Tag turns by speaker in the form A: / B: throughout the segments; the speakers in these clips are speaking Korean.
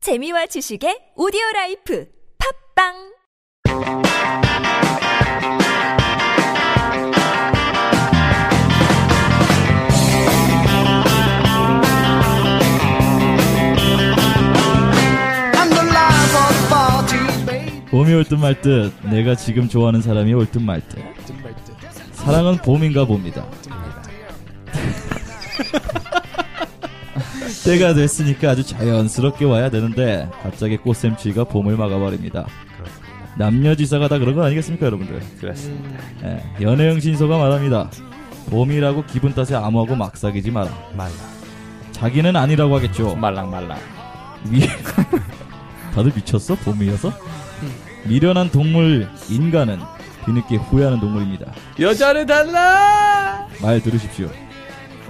A: 재미와 지식의 오디오 라이프 팝빵
B: I'm the life of party, baby.
C: 봄이 올 듯 말 듯 내가 지금 좋아하는 사람이 올 듯 말 듯 사랑은 봄인가 봅니다 때가 됐으니까 아주 자연스럽게 와야 되는데 갑자기 꽃샘추위가 봄을 막아버립니다 남녀지사가 다 그런 거 아니겠습니까 여러분들
D: 그렇습니다.
C: 예, 연애형 신소가 말합니다 봄이라고 기분 탓에 암호하고 막 사귀지 마라
D: 말랑.
C: 자기는 아니라고 하겠죠
D: 말랑 말랑.
C: 미- 다들 미쳤어? 봄이어서? 미련한 동물 인간은 뒤늦게 후회하는 동물입니다.
D: 여자는 달라.
C: 말 들으십시오.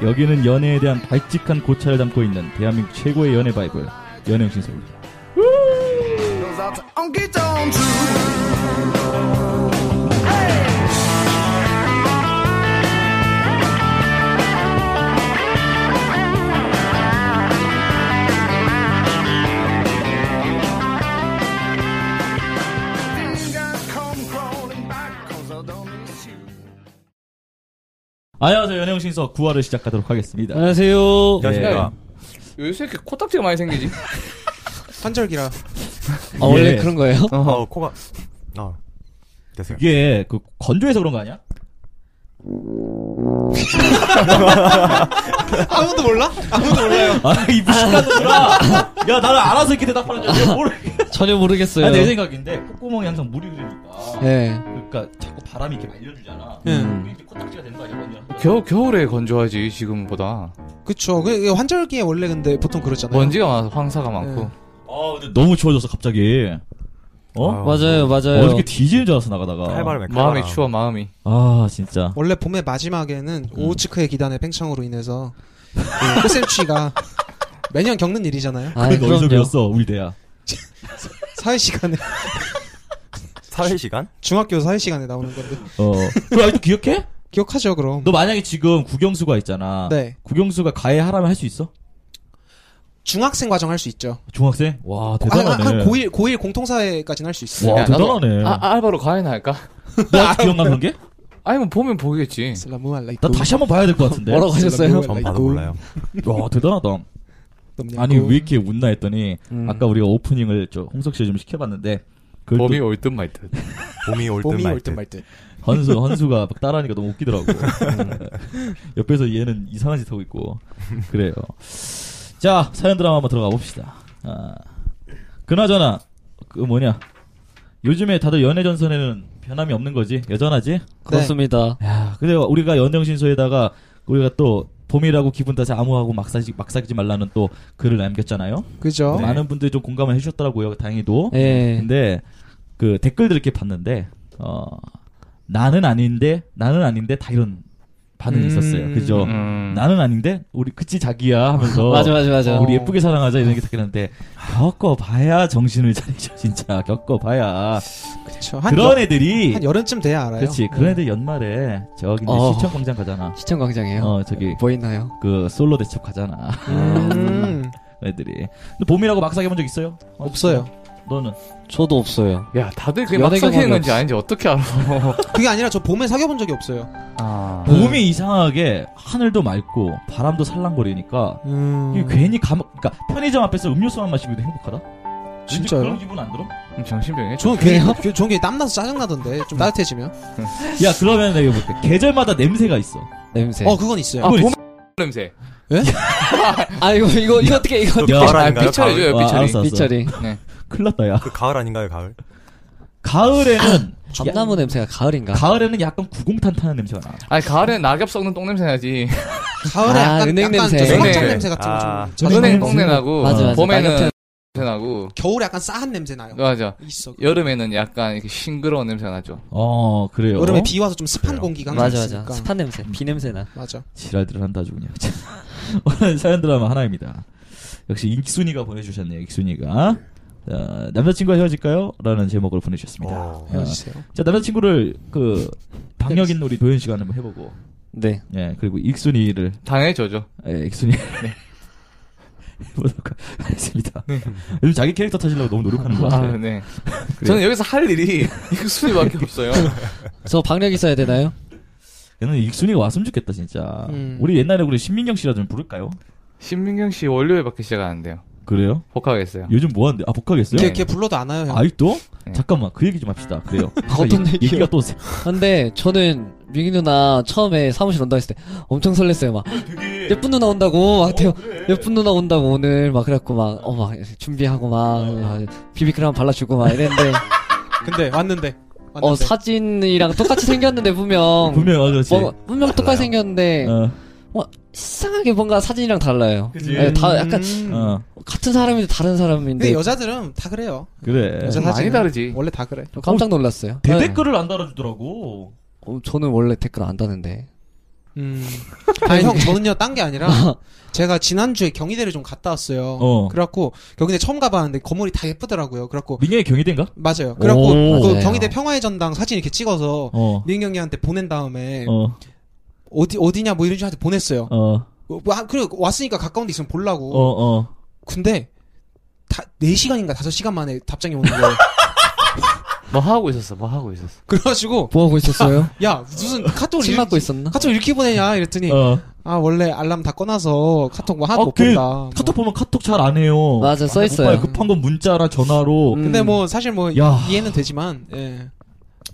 C: 여기는 연애에 대한 발칙한 고찰을 담고 있는 대한민국 최고의 연애 바이블 연애신소입니다.
B: Goes out to Honky Tonk Too. Hey! Fingers come crawling back 'cause I don't miss you.
C: 안녕하세요 연애신소 9화를 시작하도록 하겠습니다.
E: 안녕하세요. 아,
D: 야,
C: 네. 안녕하십니까.
D: 요새 이렇게 코딱지가 많이 생기지?
F: 환절기라.
E: 아, 원래
C: 예.
E: 그런 거예요?
F: 어, 코가. 어. 됐어요.
C: 이게 그 건조해서 그런 거 아니야?
F: 아무도 몰라? 아무도 몰라요.
C: 아이 무식한 놈아! 야 나를 알아서 이렇게 대답하는 줄 알고 모르.
E: 전혀 모르겠어요.
C: 아, 내 생각인데 콧구멍에 항상 물이 흐르니까.
E: 예.
C: 그러니까 자꾸 바람이 이렇게 말려주잖아.
E: 네.
C: 뭐
F: 음.
C: 이렇게 코딱지가 되는 거 아니야? 그냥?
D: 겨우 겨울에 건조하지 지금보다.
F: 그쵸. 그, 그 환절기에 원래 근데 보통 그렇잖아요.
D: 먼지가 많아서 황사가 많고.
C: 아 근데 너무 추워졌어 갑자기 어?
E: 맞아요, 네. 맞아요.
C: 어저께 디제인 줄 알았어 나가다가
F: 칼바람에
D: 마음이 추워 마음이.
C: 아 진짜
F: 원래 봄의 마지막에는 오호츠크의 기단의 팽창으로 인해서 그 꽃샘추위가 매년 겪는 일이잖아요.
E: 아,
C: 근데 그러니까 어디서
E: 그럼요.
C: 배웠어 우리 대야
F: 사회 시간에
G: 사회 시간?
F: 중학교 사회 시간에 나오는 건데
C: 어 그거 아직도 기억해?
F: 기억하죠 그럼.
C: 너 만약에 지금 구경수가 있잖아
F: 네.
C: 구경수가 가해하라면 할 수 있어?
F: 중학생 과정 할 수 있죠. 아,
C: 중학생?
E: 아,
C: 와 대단하네
F: 한,
E: 그
F: 한 고1 고1 공통사회까지는 할 수 있어요.
C: 와
D: 야, 나도-
C: 대단하네
D: 아 알바로 가야 할까?
C: 너 아직 기억나 그런 게?
D: 아니 뭐 보면 보이겠지.
F: 슬라무 알라이
C: 나 다시 한번 봐야 될 것 같은데
E: 뭐라고 하셨어요?
G: 전 봐도
F: 음,
G: 몰라요.
C: 와 대단하다 아니 왜 이렇게 웃나 했더니 아까 우리가 오프닝을 저 홍석 씨좀 시켜봤는데 그걸 또
D: 봄이 올 듯 말 듯.
G: 봄이 올 듯
F: 봄이 올
G: 말
F: 듯
G: 듯.
F: 말 듯.
C: 헌수 헌수가 막 따라하니까 너무 웃기더라고. 옆에서 얘는 이상한 짓 하고 있고 그래요. 자 사연 드라마 한번 들어가 봅시다. 아, 그나저나 그 뭐냐 요즘에 다들 연애 전선에는 변함이 없는 거지 여전하지?
E: 네. 그렇습니다.
C: 야 근데 우리가 연정신소에다가 우리가 또 봄이라고 기분 탓에 암호하고 막사지 막사지 말라는 또 글을 남겼잖아요.
F: 그죠?
G: 네.
C: 많은 분들이 좀 공감을 해주셨더라고요. 다행히도.
E: 예.
C: 근데 그 댓글들 이렇게 봤는데 어 나는 아닌데 나는 아닌데 다 이런 반응이
F: 음.
C: 있었어요. 그죠?
D: 음.
C: 나는 아닌데 우리 그치 자기야 하면서 어,
E: 맞아, 맞아, 맞아.
C: 우리 예쁘게 사랑하자 이런 게 생겼는데 겪어봐야 정신을 차리죠 진짜 겪어봐야
F: 그쵸. 한,
C: 그런
F: 여,
C: 애들이
F: 한 여름쯤 돼야 알아요.
C: 그렇지 그런 애들 연말에 저기
E: 어.
C: 시청 광장 가잖아.
E: 시청 광장이에요.
C: 어 저기
E: 보이나요?
C: 그 솔로 대첩 가잖아
F: 음,
C: 애들이. 근데 봄이라고 막 사귀어본 적 있어요? 어,
F: 없어요.
C: 너는
E: 저도 없어요.
D: 야 다들 그게
E: 연애
D: 막 사귀는
E: 경험이
D: 건지
E: 없어.
D: 아닌지 어떻게 알아?
F: 그게 아니라 저 봄에 사귀어본 적이 없어요.
D: 아.
C: 봄이 이상하게 하늘도 맑고 바람도 살랑거리니까
F: 음.
C: 이게 괜히 감, 그러니까 편의점 앞에서 음료수만 마시기도 행복하다. 왠지
F: 진짜요?
C: 그런 기분 안 들어?
D: 정신병이네.
F: 저는 괜히, 그, 저는 괜히 땀나서 짜증나던데. 좀 따뜻해지면.
C: 야 그러면 내가 볼게. 계절마다 냄새가 있어.
E: 냄새.
F: 어, 그건 있어요.
D: 아,
C: 그건
D: 봄 냄새.
E: 아, 이거, 이거, 이거 어떻게, 이거
G: 또
E: 어떻게.
G: 그 가을
D: 아,
G: 아닌가요?
D: 삐처리
G: 가을?
D: 줘요, 삐처리.
C: 알았어.
E: 빗자리.
C: 큰일 났다 야.
G: 그 가을 아닌가요, 가을?
C: 가을에는
E: 밤나무 냄새가 가을인가?
C: 가을에는 약간 구공탄 타는 냄새가 나.
D: 아니 가을에 낙엽 썩는 똥냄새 나지.
F: 가을에
E: 아,
F: 약간,
E: 은행
F: 약간
E: 냄새.
F: 저
D: 은행.
F: 소방차 냄새 같은 거 좀.
G: 아.
F: 자주
D: 은행
F: 나요.
D: 똥내 나고.
E: 맞아, 맞아.
D: 봄에는
E: 낙엽
D: 냄새 나고.
F: 겨울에 약간 싸한 냄새 나요.
D: 맞아.
F: 있어.
D: 여름에는 약간 이렇게 싱그러운 냄새가 나죠.
C: 어 그래요.
F: 여름에 비 와서 좀 습한
G: 그래요.
F: 공기가 항상
E: 맞아,
F: 있으니까.
E: 맞아. 습한 냄새. 비 냄새나.
F: 맞아.
C: 지랄들을 한다 아주 그냥. 참. 오늘 사연 드라마 하나입니다. 역시 익순이가 보내주셨네요. 익순이가 어, 남자친구와 헤어질까요? 라는 제목으로 보내주셨습니다.
G: 어.
F: 헤어지세요.
C: 자 남자친구를 그 방역인 놀이 도현 씨가 한번 해보고
E: 네.
C: 예 그리고 익순이를
D: 당연히 저죠.
C: 예, 익순이 해보도록 하겠습니다. 요즘 자기 캐릭터 찾으려고 너무 노력하는 것 같아요.
D: 아, 네. 저는 여기서 할 일이 익순이밖에 없어요.
E: 저 박력 있어야 되나요?
C: 얘는 익순이가 왔으면 좋겠다 진짜.
F: 음.
C: 우리 옛날에 우리 신민경 씨라 좀 부를까요?
D: 신민경 씨 월요일밖에 시작 안 돼요.
C: 그래요?
D: 복학했어요.
C: 요즘 뭐 하는데? 아 복학했어요?
F: 걔, 걔 불러도 안 와요 형.
C: 아직도?
D: 네.
C: 잠깐만 그 얘기 좀 합시다. 그래요.
E: 어떤
C: 얘기,
E: 얘기요?
C: 얘기가 또 세-
E: 근데 저는 민기 누나 처음에 사무실 온다 했을 때 엄청 설렜어요. 막 예쁜 누나 온다고 막 대요. 예쁜 누나 온다고 오늘 막 그래갖고 막 어 막 준비하고 막 아, 비비크림 발라주고 막 이랬는데
F: 근데 왔는데. 왔는데.
E: 어 사진이랑 똑같이 생겼는데 분명
C: 분명 어 그렇지.
E: 뭔가 분명 똑같이 생겼는데
C: 어,
E: 이상하게 뭔가 사진이랑 달라요.
C: 그지?
E: 예, 다 약간
F: 음.
C: 어,
E: 같은 사람인데 다른
F: 근데
E: 사람인데
F: 여자들은 다 그래요.
C: 그래.
F: 여자
D: 많이
F: 사진은
D: 다르지.
F: 원래 다 그래.
E: 저 깜짝 놀랐어요.
C: 대댓글을 안 달아주더라고.
E: 예. 어, 저는 원래 댓글 안 다는데
F: 음. 아니 형 저는요 딴 게 아니라 제가 지난주에 경희대를 좀 갔다 왔어요.
C: 어.
F: 그래갖고 경희대 처음 가봤는데 건물이 다 예쁘더라고요. 그래갖고
C: 민경이 경희대인가?
F: 맞아요. 그래갖고
C: 오.
F: 그
E: 맞아요.
F: 경희대 평화의 전당 사진 이렇게 찍어서
C: 어.
F: 민경이한테 보낸 다음에
C: 어,
F: 어디 어디냐 뭐 이런 식한테 보냈어요.
C: 어, 어,
F: 어, 뭐, 아, 그리고 왔으니까 가까운 데 있으면 보려고.
C: 어.
F: 근데 다 4시간인가 5시간 만에 답장이 오는 거예요.
D: 뭐 하고 있었어? 뭐 하고 있었어?
F: 그래가지고
E: 뭐 하고 있었어요?
F: 야 무슨 카톡을
E: 침
F: 이렇게-
E: 맞고 있었나?
F: 카톡 이렇게 보내냐 이랬더니
C: 어.
F: 아 원래 알람 다 꺼놔서 카톡 뭐 하나도
C: 아,
F: 못
C: 그
F: 본다. 뭐.
C: 카톡 보면 카톡 잘 안 해요.
E: 맞아, 써
C: 아,
E: 있어요.
C: 오빠야, 급한 건 문자라 전화로.
E: 음.
F: 근데 뭐 사실 뭐
C: 야.
F: 이해는 되지만 예
C: 어,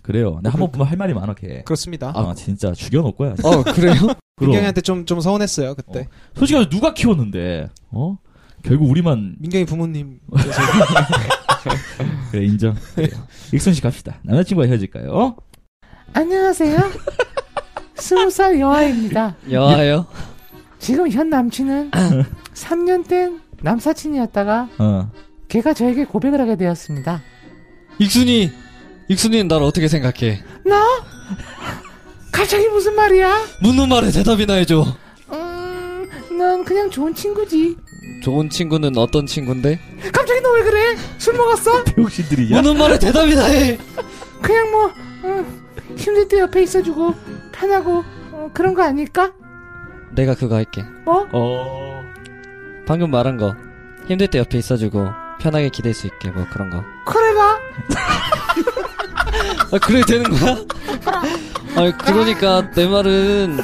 C: 그래요. 내가 한번 보면 할 말이 많아 걔.
F: 그렇습니다.
C: 아, 진짜 죽여놓을 거야.
E: 어 그래요?
C: 그럼.
F: 민경이한테 좀 좀 서운했어요 그때.
C: 솔직히 말해서 누가 키웠는데 어? 결국 우리만
F: 민경이 부모님
C: 그래 인정. 그래요. 익선 씨 갑시다. 남자친구와 헤어질까요? 어?
H: 안녕하세요. 스무 살 여아입니다.
E: 여아요?
H: 지금 현 남친은 3년 된 남사친이었다가
C: 어.
H: 걔가 저에게 고백을 하게 되었습니다.
E: 익순이 익순이는 날 어떻게 생각해?
H: 나? 갑자기 무슨 말이야?
E: 묻는 말에 대답이나 해줘.
H: 음, 넌 그냥 좋은 친구지.
E: 좋은 친구는 어떤 친구인데?
H: 갑자기 너 왜 그래? 술 먹었어?
C: 배옥신들이야.
E: 묻는 말에 대답이나 해.
H: 그냥 뭐 음, 힘들 때 옆에 있어주고 편하고 어, 그런 거 아닐까?
E: 내가 그거 할게.
H: 뭐?
C: 어.
E: 방금 말한 거 힘들 때 옆에 있어주고 편하게 기댈 수 있게 뭐 그런 거.
H: 그래봐.
E: 아 그래 되는 거야? 아 그러니까 내 말은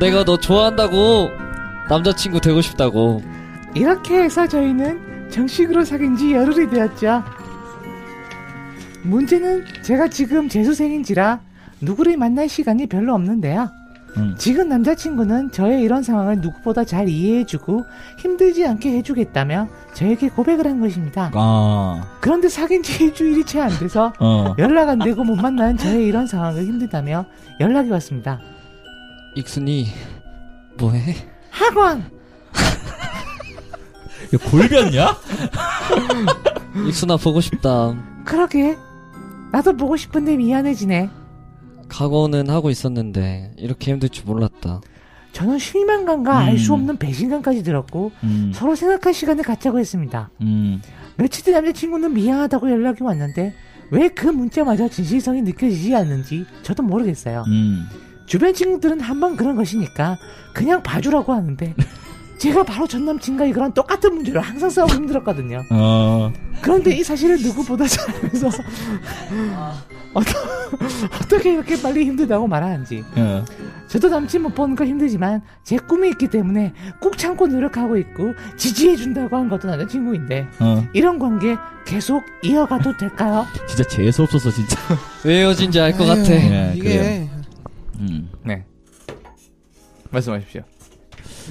E: 내가 너 좋아한다고 남자친구 되고 싶다고.
H: 이렇게 해서 저희는 정식으로 사귄 지 열흘이 되었죠. 문제는 제가 지금 재수생인지라 누구를 만날 시간이 별로 없는데요.
C: 음.
H: 지금 남자친구는 저의 이런 상황을 누구보다 잘 이해해주고 힘들지 않게 해주겠다며 저에게 고백을 한 것입니다.
C: 아.
H: 그런데 사귄 지 일주일이 채 안 돼서
C: 어.
H: 연락 안 되고 못 만나는 저의 이런 상황을 힘들다며 연락이 왔습니다.
E: 익순이 뭐해?
H: 학원!
C: 이거 골변이야?
E: 익순아 보고 싶다.
H: 그러게. 나도 보고 싶은데 미안해지네.
E: 각오는 하고 있었는데 이렇게 힘들 줄 몰랐다.
H: 저는 실망감과 알 수
C: 음.
H: 없는 배신감까지 들었고
C: 음.
H: 서로 생각할 시간을 갖자고 했습니다.
C: 음.
H: 며칠 뒤 남자친구는 미안하다고 연락이 왔는데 왜 그 문자마저 진실성이 느껴지지 않는지 저도 모르겠어요.
C: 음.
H: 주변 친구들은 한번 그런 것이니까 그냥 봐주라고 하는데 제가 바로 전 남친과 이거랑 똑같은 문제로 항상 싸우고 힘들었거든요.
C: 어.
H: 그런데 이 사실을 누구보다 잘 알면서 어떠- 어떻게 이렇게 빨리 힘들다고 말하는지
C: 예.
H: 저도 남친 못 보는 거 힘들지만 제 꿈이 있기 때문에 꾹 참고 노력하고 있고 지지해준다고 한 것도 남자친구인데
C: 어.
H: 이런 관계 계속 이어가도 될까요?
C: 진짜 재수 없었어 진짜.
E: 왜 헤어진지 알 것 같아.
F: 에휴,
C: 예,
F: 이게
C: 그래요. 음.
D: 네. 말씀하십시오.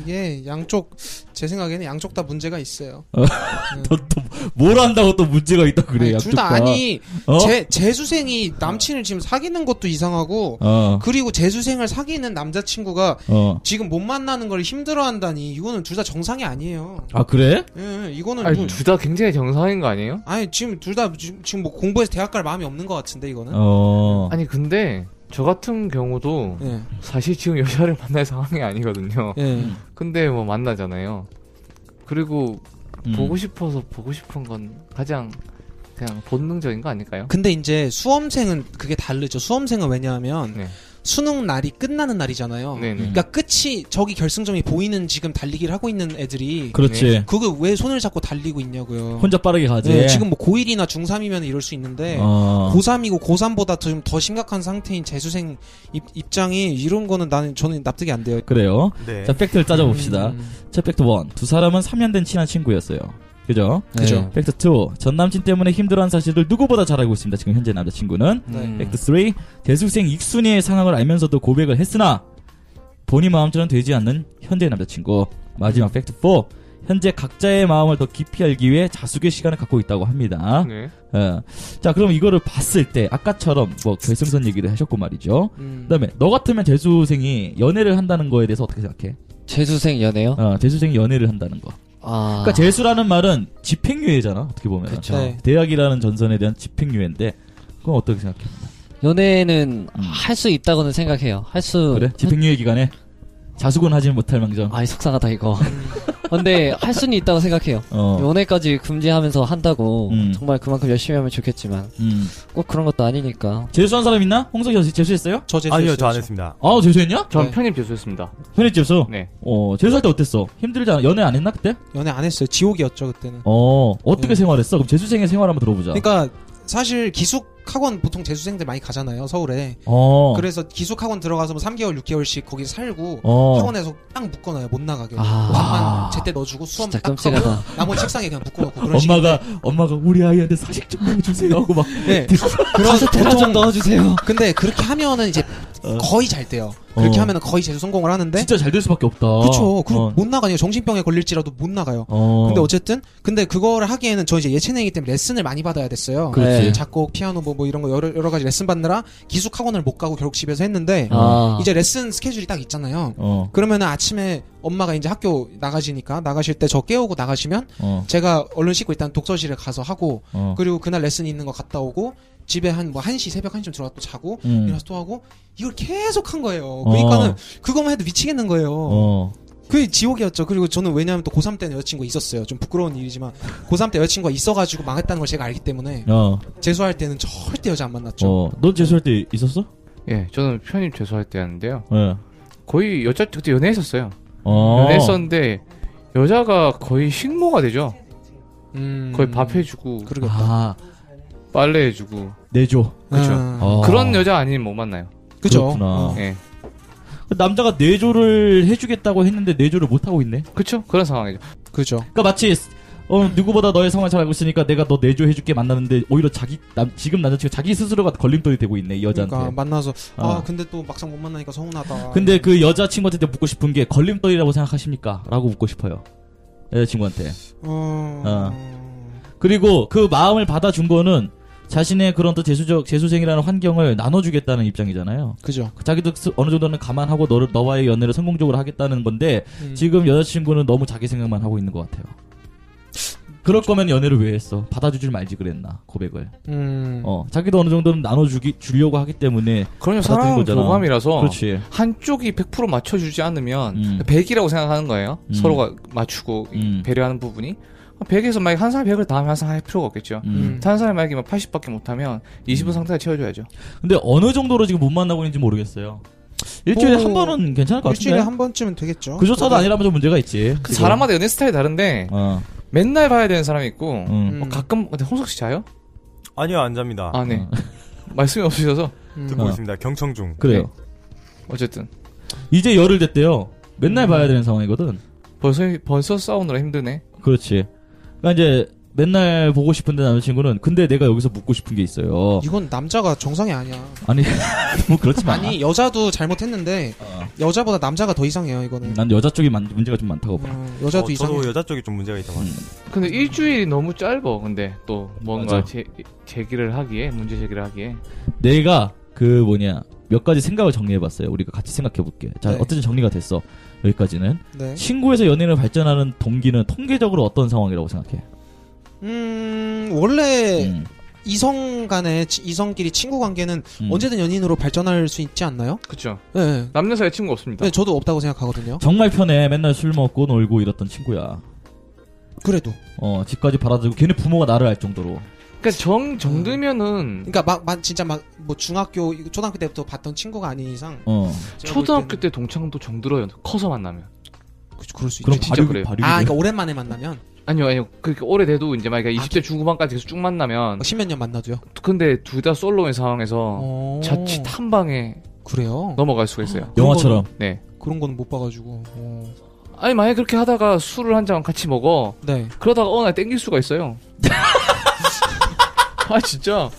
F: 이게 양쪽 제 생각에는 양쪽 다 문제가 있어요.
C: 너또뭘 한다고 또 문제가 있다 그래
F: 아니,
C: 양쪽
F: 둘다 아니
C: 어?
F: 제 재수생이 남친을 지금 사귀는 것도 이상하고
C: 어.
F: 그리고 재수생을 사귀는 남자친구가
C: 어.
F: 지금 못 만나는 걸 힘들어한다니 이거는 둘 다 정상이 아니에요.
C: 아 그래?
F: 예, 이거는 뭐-
D: 아니, 음. 둘 다 굉장히 정상인 거 아니에요?
F: 아니 지금 둘 다 지금 뭐 공부해서 대학 갈 마음이 없는 것 같은데 이거는.
C: 어.
D: 아니, 근데 저 같은 경우도
F: 예,
D: 사실 지금 여자를 만날 상황이 네, 아니거든요.
F: 예.
D: 근데 뭐 만나잖아요. 그리고
C: 음.
D: 보고 싶어서 보고 싶은 건 가장 그냥 본능적인 거 아닐까요?
F: 근데 이제 수험생은 그게 다르죠. 수험생은 왜냐하면
D: 네.
F: 수능 날이 끝나는 날이잖아요.
D: 네네.
F: 그러니까 끝이 저기 결승점이 보이는 지금 달리기를 하고 있는 애들이
D: 네.
C: 그렇지.
F: 그거 왜 손을 잡고 달리고 있냐고요.
C: 혼자 빠르게 가지.
F: 네, 지금 뭐 고1이나 중3이면 이럴 수 있는데
C: 어.
F: 고3이고 고3보다 좀 더 심각한 상태인 재수생 입, 입장이 이런 거는 나는 저는 납득이 안 돼요.
C: 그래요.
G: 네.
C: 자, 팩트를 짜져봅시다.
F: 음,
C: 첫 팩트 1. 두 사람은 3년 된 친한 친구였어요. 그죠? 네.
F: 네. 그죠.
C: 팩트 2. 전 남친 때문에 힘들어한 사실을 누구보다 잘 알고 있습니다. 지금 현재 남자친구는.
F: 네.
D: 음.
C: 팩트 3. 재수생 익순이의 상황을 알면서도 고백을 했으나 본인 마음처럼 되지 않는 현재 남자친구. 마지막 팩트 4. 현재 각자의 마음을 더 깊이 알기 위해 자숙의 시간을 갖고 있다고 합니다.
D: 네.
C: 예. 자, 그럼 이거를 봤을 때 아까처럼 뭐 결승선 얘기를 하셨고 말이죠.
F: 음.
C: 그다음에 너 같으면 재수생이 연애를 한다는 거에 대해서 어떻게 생각해?
E: 재수생 연애요?
C: 어, 재수생이 연애를 한다는 거.
E: 아.
C: 그러니까 재수라는 말은 집행유예잖아. 어떻게 보면.
E: 그쵸.
F: 네.
C: 대학이라는 전선에 대한 집행유예인데 그건 어떻게 생각해?
E: 연애는
C: 음.
E: 할 수 있다고는 생각해요. 할
F: 어.
E: 수.
C: 그래? 집행유예 기간에 자수군 하지는 못할 망정.
E: 아이, 속상하다, 이거. 근데 할 수는 있다고 생각해요.
C: 어.
E: 연애까지 금지하면서 한다고
C: 음.
E: 정말 그만큼 열심히 하면 좋겠지만
C: 음.
E: 꼭 그런 것도 아니니까.
C: 재수한 사람 있나? 홍석이 형 재수했어요?
F: 저 재수
G: 아니요, 저 안 했습니다.
C: 아, 재수했냐?
D: 전
F: 네.
D: 편입 재수했습니다.
C: 편입 재수.
D: 네.
C: 어, 재수할 때 어땠어? 힘들지 않아? 연애 안 했나 그때?
F: 연애 안 했어요. 지옥이었죠 그때는.
C: 어, 어떻게
F: 네.
C: 생활했어? 그럼 재수생의 생활 한번 들어보자.
F: 그러니까 사실 기숙 학원 보통 재수생들 많이 가잖아요 서울에.
C: 어.
F: 그래서 기숙 학원 들어가서 뭐 3개월 6개월씩 거기 살고
C: 어.
F: 학원에서 딱 묶어놔요 못 나가게.
E: 아.
F: 밥만 제때 넣어주고 수업
C: 아,
E: 진짜
F: 딱 하고
E: 끔찍하다.
F: 나머지 책상에 그냥 묶어놓고 그런 식으로.
C: 엄마가 엄마가 우리 아이한테 사식 좀 넣어주세요 하고 막
F: 네.
E: 그런 테라 좀 넣어주세요.
F: 근데 그렇게 하면은 이제
C: 어.
F: 거의 잘 돼요. 그렇게
C: 어.
F: 하면은 거의 재수 성공을 하는데.
C: 진짜 잘 될 수밖에 없다.
F: 네? 그쵸. 그럼
C: 어.
F: 못 나가요. 정신병에 걸릴지라도 못 나가요.
C: 어.
F: 근데 어쨌든 근데 그거를 하기에는 저 이제 예체능이기 때문에 레슨을 많이 받아야 됐어요.
E: 그렇지.
F: 네, 작곡, 피아노 뭐, 뭐 이런 거 여러, 여러 가지 레슨 받느라 기숙 학원을 못 가고 결국 집에서 했는데
E: 아.
F: 이제 레슨 스케줄이 딱 있잖아요.
C: 어.
F: 그러면은 아침에 엄마가 이제 학교 나가시니까 나가실 때 저 깨우고 나가시면
C: 어.
F: 제가 얼른 씻고 일단 독서실에 가서 하고
C: 어.
F: 그리고 그날 레슨 있는 거 갔다 오고 집에 한 뭐 1시 새벽 1시쯤 들어가 또 자고
C: 음.
F: 일어나서 또 하고 이걸 계속 한 거예요.
C: 어.
F: 그러니까는 그거만 해도 미치겠는 거예요.
C: 어.
F: 그게 지옥이었죠. 그리고 저는 왜냐하면 또 고3 때는 여자친구가 있었어요. 좀 부끄러운 일이지만 고3 때 여자친구가 있어가지고 망했다는 걸 제가 알기 때문에
C: 어.
F: 재수할 때는 절대 여자 안 만났죠.
C: 어. 넌 재수할 때 있었어?
D: 예, 저는 편입 재수할 때 하는데요.
C: 예.
D: 거의 여자 그때 연애했었어요.
C: 어.
D: 연애했었는데 여자가 거의 식모가 되죠.
F: 음.
D: 거의 밥 해주고
F: 그러겠다.
C: 아.
D: 빨래 해주고
C: 내줘.
D: 그쵸.
F: 아,
C: 어.
D: 그런 여자 아니면 못 만나요.
F: 그죠.
C: 그렇구나.
F: 어.
D: 예,
C: 남자가 내조를 해주겠다고 했는데 내조를 못 하고 있네.
D: 그쵸? 그런 상황이죠.
F: 그죠.
C: 그러니까 마치 어, 누구보다 너의 상황 잘 알고 있으니까 내가 너 내조해줄게 만나는데 오히려 자기 남 지금 남자친구 자기 스스로가 걸림돌이 되고 있네 이 여자한테.
F: 그러니까 만나서 아
C: 어.
F: 근데 또 막상 못 만나니까 서운하다.
C: 근데 그 여자친구한테 묻고 싶은 게 걸림돌이라고 생각하십니까? 라고 묻고 싶어요. 여자친구한테.
F: 어.
C: 그리고 그 마음을 받아준 거는 자신의 그런 또 재수적, 재수생이라는 환경을 나눠주겠다는 입장이잖아요.
F: 그죠.
C: 그 자기도 스- 어느 정도는 감안하고 너를, 너와의 연애를 성공적으로 하겠다는 건데
F: 음.
C: 지금 여자친구는 너무 자기 생각만 하고 있는 것 같아요. 그럴 거면 연애를 왜 했어? 받아주질 말지 그랬나 고백을.
F: 음.
C: 어 자기도 어느 정도는 나눠주기 주려고 하기 때문에
D: 그럼요,
C: 받아들인
D: 사람은
C: 거잖아.
D: 교감이라서
C: 그렇지.
D: 한쪽이 100% 맞춰주지 않으면
C: 음.
D: 100이라고 생각하는 거예요.
C: 음.
D: 서로가 맞추고
C: 음.
D: 배려하는 부분이 100에서 만약 한 사람이 100을 다음에 항상 할 필요가 없겠죠.
C: 음.
D: 다른 사람이 만약에 80밖에 못하면 20은 상태가 채워줘야죠.
C: 근데 어느 정도로 지금 못 만나고 있는지 모르겠어요. 일주일에
F: 뭐,
C: 한 번은 괜찮을 것 같은데.
F: 일주일에 한 번쯤은 네. 되겠죠.
C: 그조차도 아니라면 좀 문제가 있지.
D: 그
C: 지금.
D: 사람마다 연애 스타일이 다른데
C: 어.
D: 맨날 봐야 되는 사람이 있고
C: 음.
D: 어, 가끔 근데 홍석 씨 자요?
G: 아니요, 안 잡니다.
D: 아, 네.
C: 어.
D: 말씀이 없으셔서
F: 음.
G: 듣고
C: 어.
G: 있습니다. 경청 중. 어,
C: 그래요.
D: 어쨌든
F: 네.
C: 이제 열흘 됐대요.
F: 음.
C: 맨날 봐야 되는 상황이거든.
D: 벌써 벌써 싸우느라 힘드네.
C: 그렇지. 그러니까 이제 맨날 보고 싶은데 남자친구는 근데 내가 여기서 묻고 싶은 게 있어요.
F: 이건 남자가 정상이 아니야.
C: 아니 뭐 그렇지만
F: 아니 여자도 잘못했는데
C: 어.
F: 여자보다 남자가 더 이상해요 이거는.
C: 난 여자 쪽이 만- 문제가 좀 많다고 봐.
F: 어,
G: 어,
F: 여자도 이상해.
G: 저도 여자 쪽이 좀 문제가 있다고 합니다.
D: 근데 일주일이 너무 짧아. 근데 또 뭔가
C: 음. 맞아.
D: 제, 제기를 하기에 문제 제기를 하기에
C: 내가 그 뭐냐 몇 가지 생각을 정리해봤어요. 우리가 같이 생각해볼게. 자
F: 네.
C: 어쨌든 정리가 됐어. 여기까지는
F: 네.
C: 친구에서 연인을 발전하는 동기는 통계적으로 어떤 상황이라고 생각해?
F: 음 원래
C: 음,
F: 이성 간의 치- 이성끼리 친구 관계는
C: 음.
F: 언제든 연인으로 발전할 수 있지 않나요?
D: 그쵸.
F: 네, 네.
D: 남녀 사이 친구 없습니다.
F: 네, 저도 없다고 생각하거든요.
C: 정말 편해. 맨날 술 먹고 놀고 이랬던 친구야.
F: 그래도
C: 어 집까지 받아들고 걔네 부모가 나를 알 정도로.
D: 그러니까 정 정도면은
F: 그러니까 막, 막 진짜 막 뭐 중학교 초등학교 때부터 봤던 친구가 아닌 이상
C: 어.
F: 제가 볼
D: 초등학교
F: 때는
D: 때 동창도 정들어요. 커서 만나면.
F: 그, 그럴 수
C: 그럼
F: 있지.
C: 발육
D: 그래요.
C: 발육이 돼요?
F: 아, 그러니까 오랜만에 만나면
D: 아니요, 아니요. 그렇게 오래돼도 이제 만약에
F: 아,
D: 20대 중후반까지 계속 쭉 만나면
F: 어, 십몇 년 만나도요.
D: 근데 둘 다 솔로인 상황에서
F: 어.
D: 자칫 한 방에
F: 그래요.
D: 넘어갈 수가
C: 아.
D: 있어요.
C: 영화처럼
D: 네.
F: 그런 거는 못 봐가지고. 어.
D: 아니 만약에 그렇게 하다가 술을 한 잔 같이 먹어
F: 네.
D: 그러다가 어느 날 땡길 수가 있어요. 아 진짜.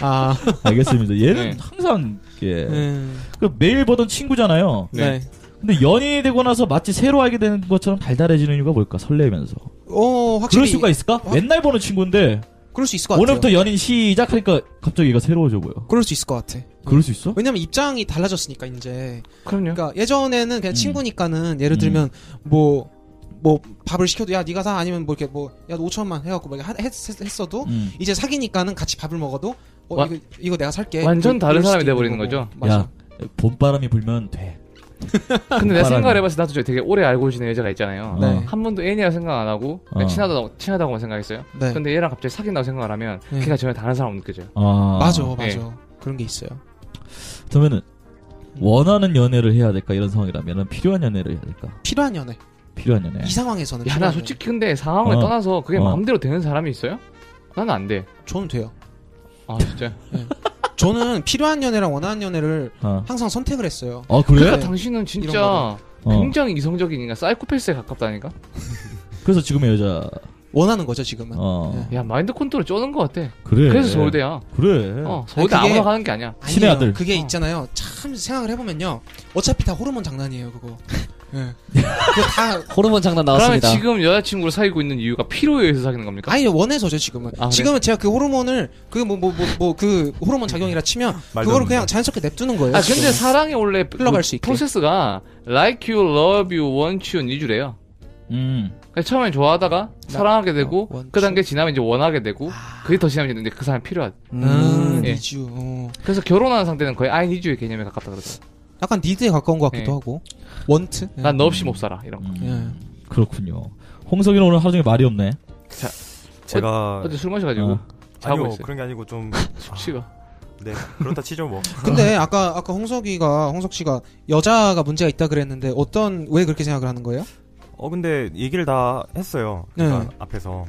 F: 아.
C: 알겠습니다. 얘는
D: 네.
C: 항상 예.
F: 음.
C: 그 매일 보던 친구잖아요.
F: 네.
C: 근데 연인이 되고 나서 마치 새로 알게 되는 것처럼 달달해지는 이유가 뭘까? 설레면서.
F: 어,
C: 그럴
F: 확실히.
C: 수가 있을까?
F: 확-
C: 맨날 보는 친구인데
F: 그럴 수 있을 것 같아요.
C: 오늘부터 연인 시작하니까 갑자기 얘가 새로워져 보여.
F: 그럴 수 있을 것 같아.
C: 그럴 수 있어?
F: 왜냐면 입장이 달라졌으니까 이제.
D: 그럼요.
F: 그러니까 예전에는 그냥
C: 음.
F: 친구니까는 예를 들면 뭐. 뭐 밥을 시켜도 야 네가 사 아니면 뭐 이렇게 뭐야 5천만 해갖고 막 이렇게 하- 했, 했, 했어도
C: 음.
F: 이제 사귀니까는 같이 밥을 먹어도 어,
D: 와-
F: 이거, 이거 내가 살게
D: 완전
F: 그럴
D: 다른
F: 수도
D: 사람이
F: 있는
D: 돼버리는
F: 거고.
D: 거죠?
F: 맞아
C: 야, 봄바람이 불면 돼.
D: 근데 내가
C: 바람이.
D: 생각해봤을 때 나도 저 되게 오래 알고 지낸 여자가 있잖아요.
C: 네.
F: 음.
D: 한 번도 애니라 생각 안 하고 그냥
C: 어.
D: 친하다고 친하다고만 생각했어요.
F: 네
D: 근데 얘랑 갑자기 사귄다고 생각을 하면
F: 네.
D: 걔가 전혀 다른 사람 느껴져요.
C: 아.
F: 맞아 맞아
D: 네.
F: 그런 게 있어요
C: 그러면은 원하는 연애를 해야 될까 이런 상황이라면은 필요한 연애를 해야 될까?
F: 필요한 연애
C: 필요한 연애.
F: 이 상황에서는
D: 예. 야 나
F: 필요한
D: 솔직히 근데 상황을
C: 어.
D: 떠나서 그게
C: 어.
D: 마음대로 되는 사람이 있어요? 나는 안 돼.
F: 연애. 저는 돼요
D: 아 진짜.
F: 저는 필요한 연애랑 원하는 연애를
C: 어.
F: 항상 선택을 했어요
C: 아
D: 그러니까
C: 그래?
F: 네.
D: 당신은
F: 이런
D: 진짜
F: 거는.
C: 어.
D: 굉장히 이성적이니까 사이코패스에 가깝다니까.
C: 그래서 지금의 여자.
F: 원하는 거죠 지금은
C: 어.
F: 네.
D: 야 마인드 컨트롤 쩌는 것 같아.
C: 그래.
D: 그래서 서울대야.
C: 그래.
D: 어 서울대
F: 네. 아니, 그게-
D: 아무나 가는 게 아니야.
F: 아니에요.
C: 신의 아들.
F: 그게
D: 어.
F: 있잖아요 참 생각을 해보면요 어차피 다 호르몬 장난이에요 그거 예. 그거 다
E: 호르몬 장난
D: 그러면
E: 나왔습니다.
D: 지금 여자친구를 사귀고 있는 이유가 필요에 의해서 사귀는 겁니까?
F: 아예 원해서죠 지금은
D: 아, 그래?
F: 지금은 제가 그 호르몬을 그 뭐 뭐 뭐 뭐 그 호르몬 작용이라 치면
C: 아,
G: 말도
F: 그거를
G: 안
F: 그냥 자연스럽게 냅두는 거예요
D: 아
F: 지금은.
D: 근데 사랑이 원래
F: 그렇죠.
D: 그
F: 흘러갈 수 있게.
D: 프로세스가 like you, love you, want you, need you래요.
C: 음.
D: 그러니까 처음엔 좋아하다가 사랑하게 되고
F: 어, want
D: 그
F: you.
D: 단계 지나면 이제 원하게 되고
G: 아.
D: 그게 더 지나면 이제 그 사람이 필요하다.
F: 음,
D: 예.
F: 니즈. 어.
D: 그래서 결혼하는 상태는 거의 I need you의 개념에 가깝다 그러더라.
F: 약간 니드에 가까운 것 같기도
D: 예.
F: 하고. 원트? 예.
D: 난너 없이 못 살아 이런 거.
C: 음. 그렇군요. 홍석이는 오늘 하루 종일 말이 없네.
G: 제가
D: 어제 술 마셔가지고
C: 어.
D: 자고
G: 아니요
D: 있어요.
G: 그런 게 아니고 좀
D: 숙취가.
G: 네, 그렇다 치죠 뭐.
F: 근데 아까 아까 홍석이가 홍석 씨가 여자가 문제가 있다 그랬는데 어떤 왜 그렇게 생각을 하는 거예요?
G: 어 근데 얘기를 다 했어요. 그러니까 앞에서.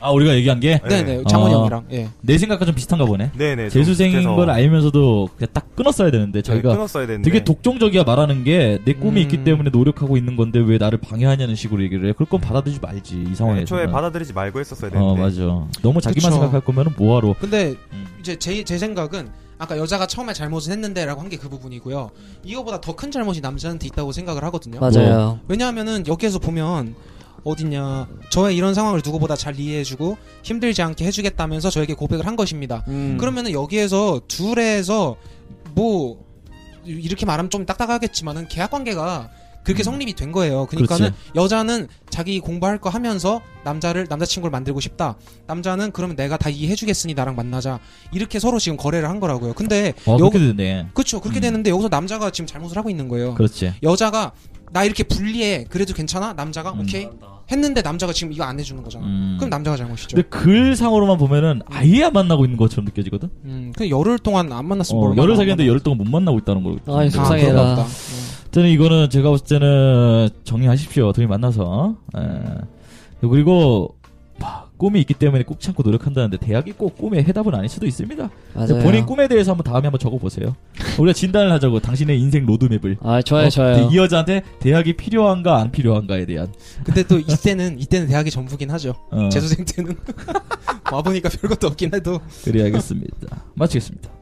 C: 아 우리가 얘기한 게 내
G: 네.
F: 네네 장원
C: 아.
F: 형이랑 예.
C: 생각과 좀 비슷한가 보네.
G: 네, 네.
C: 재수생인 걸 알면서도 그냥 딱 끊었어야 되는데
G: 저희가
C: 자기가
G: 끊었어야 되는데.
C: 되게 독종적이야 말하는 게 내 꿈이
F: 네. 음.
C: 있기 때문에 노력하고 있는 건데 왜 나를 방해하냐는 식으로 얘기를 해. 그럴 건 받아들이지 말지
F: 네,
C: 이 상황에서.
G: 네, 애초에 받아들이지 말고 했었어야 되는데.
C: 어 맞아. 너무 자기만
F: 그쵸.
C: 생각할 거면 뭐하러.
F: 근데
C: 음.
F: 이제 제 제 생각은 아까 여자가 처음에 잘못을 했는데라고 한 게 그 부분이고요. 이거보다 더 큰 잘못이 남자한테 있다고 생각을 하거든요.
E: 맞아요.
F: 왜냐하면은 여기에서 보면 어딨냐 저의 이런 상황을 누구보다 잘 이해해주고 힘들지 않게 해주겠다면서 저에게 고백을 한 것입니다.
C: 뭐,
E: 음.
F: 그러면은 여기에서 둘에서 뭐 이렇게 말하면 좀 딱딱하겠지만은 계약 관계가 그렇게
C: 음.
F: 성립이 된 거예요. 그러니까는 여자는 자기 공부할 거 하면서 남자를 남자친구를 만들고 싶다. 남자는 그러면 내가 다 이해해주겠으니 나랑 만나자. 이렇게 서로 지금 거래를 한 거라고요. 어. 근데
C: 어
F: 여
C: 그렇게 됐네.
F: 그렇죠.
C: 음.
F: 그렇게 되는데 여기서 남자가 지금 잘못을 하고 있는 거예요.
C: 그렇지.
F: 여자가 나 이렇게 불리해. 그래도 괜찮아? 남자가
C: 음.
F: 오케이 했는데 남자가 지금 이거 안 해주는 거잖아.
C: 음.
F: 어. 그럼 남자가 잘못이죠.
C: 근데 글상으로만 보면은 아예 안 만나고 있는 것처럼 느껴지거든.
F: 음, 그 열흘 동안 안 만났으면
C: 어,
F: 얼마나
C: 열흘
F: 안
C: 사귀었는데
F: 만났-
C: 열흘 동안 못 만나고 있다는 걸.
E: 아이,
F: 아,
E: 속상해라.
F: 그런가 보다. 음.
C: 저는 이거는 제가 봤을 때는 정리하십시오. 둘이 만나서. 예. 그리고 막 꿈이 있기 때문에 꼭 참고 노력한다는데 대학이 꼭 꿈의 해답은 아닐 수도 있습니다.
E: 음, 맞아요.
C: 본인 꿈에 대해서 한번 다음에 한번 적어보세요. 우리가 진단을 하자고 당신의 인생 로드맵을.
E: 아 좋아요
C: 어,
E: 좋아요.
C: 이 여자한테 대학이 필요한가 안 필요한가에 대한.
F: 근데 또 이때는 이때는 대학이 전부긴 하죠.
C: 어,
F: 재수생 때는 와 보니까 별것도 없긴 해도
C: 그래 알겠습니다. 마치겠습니다.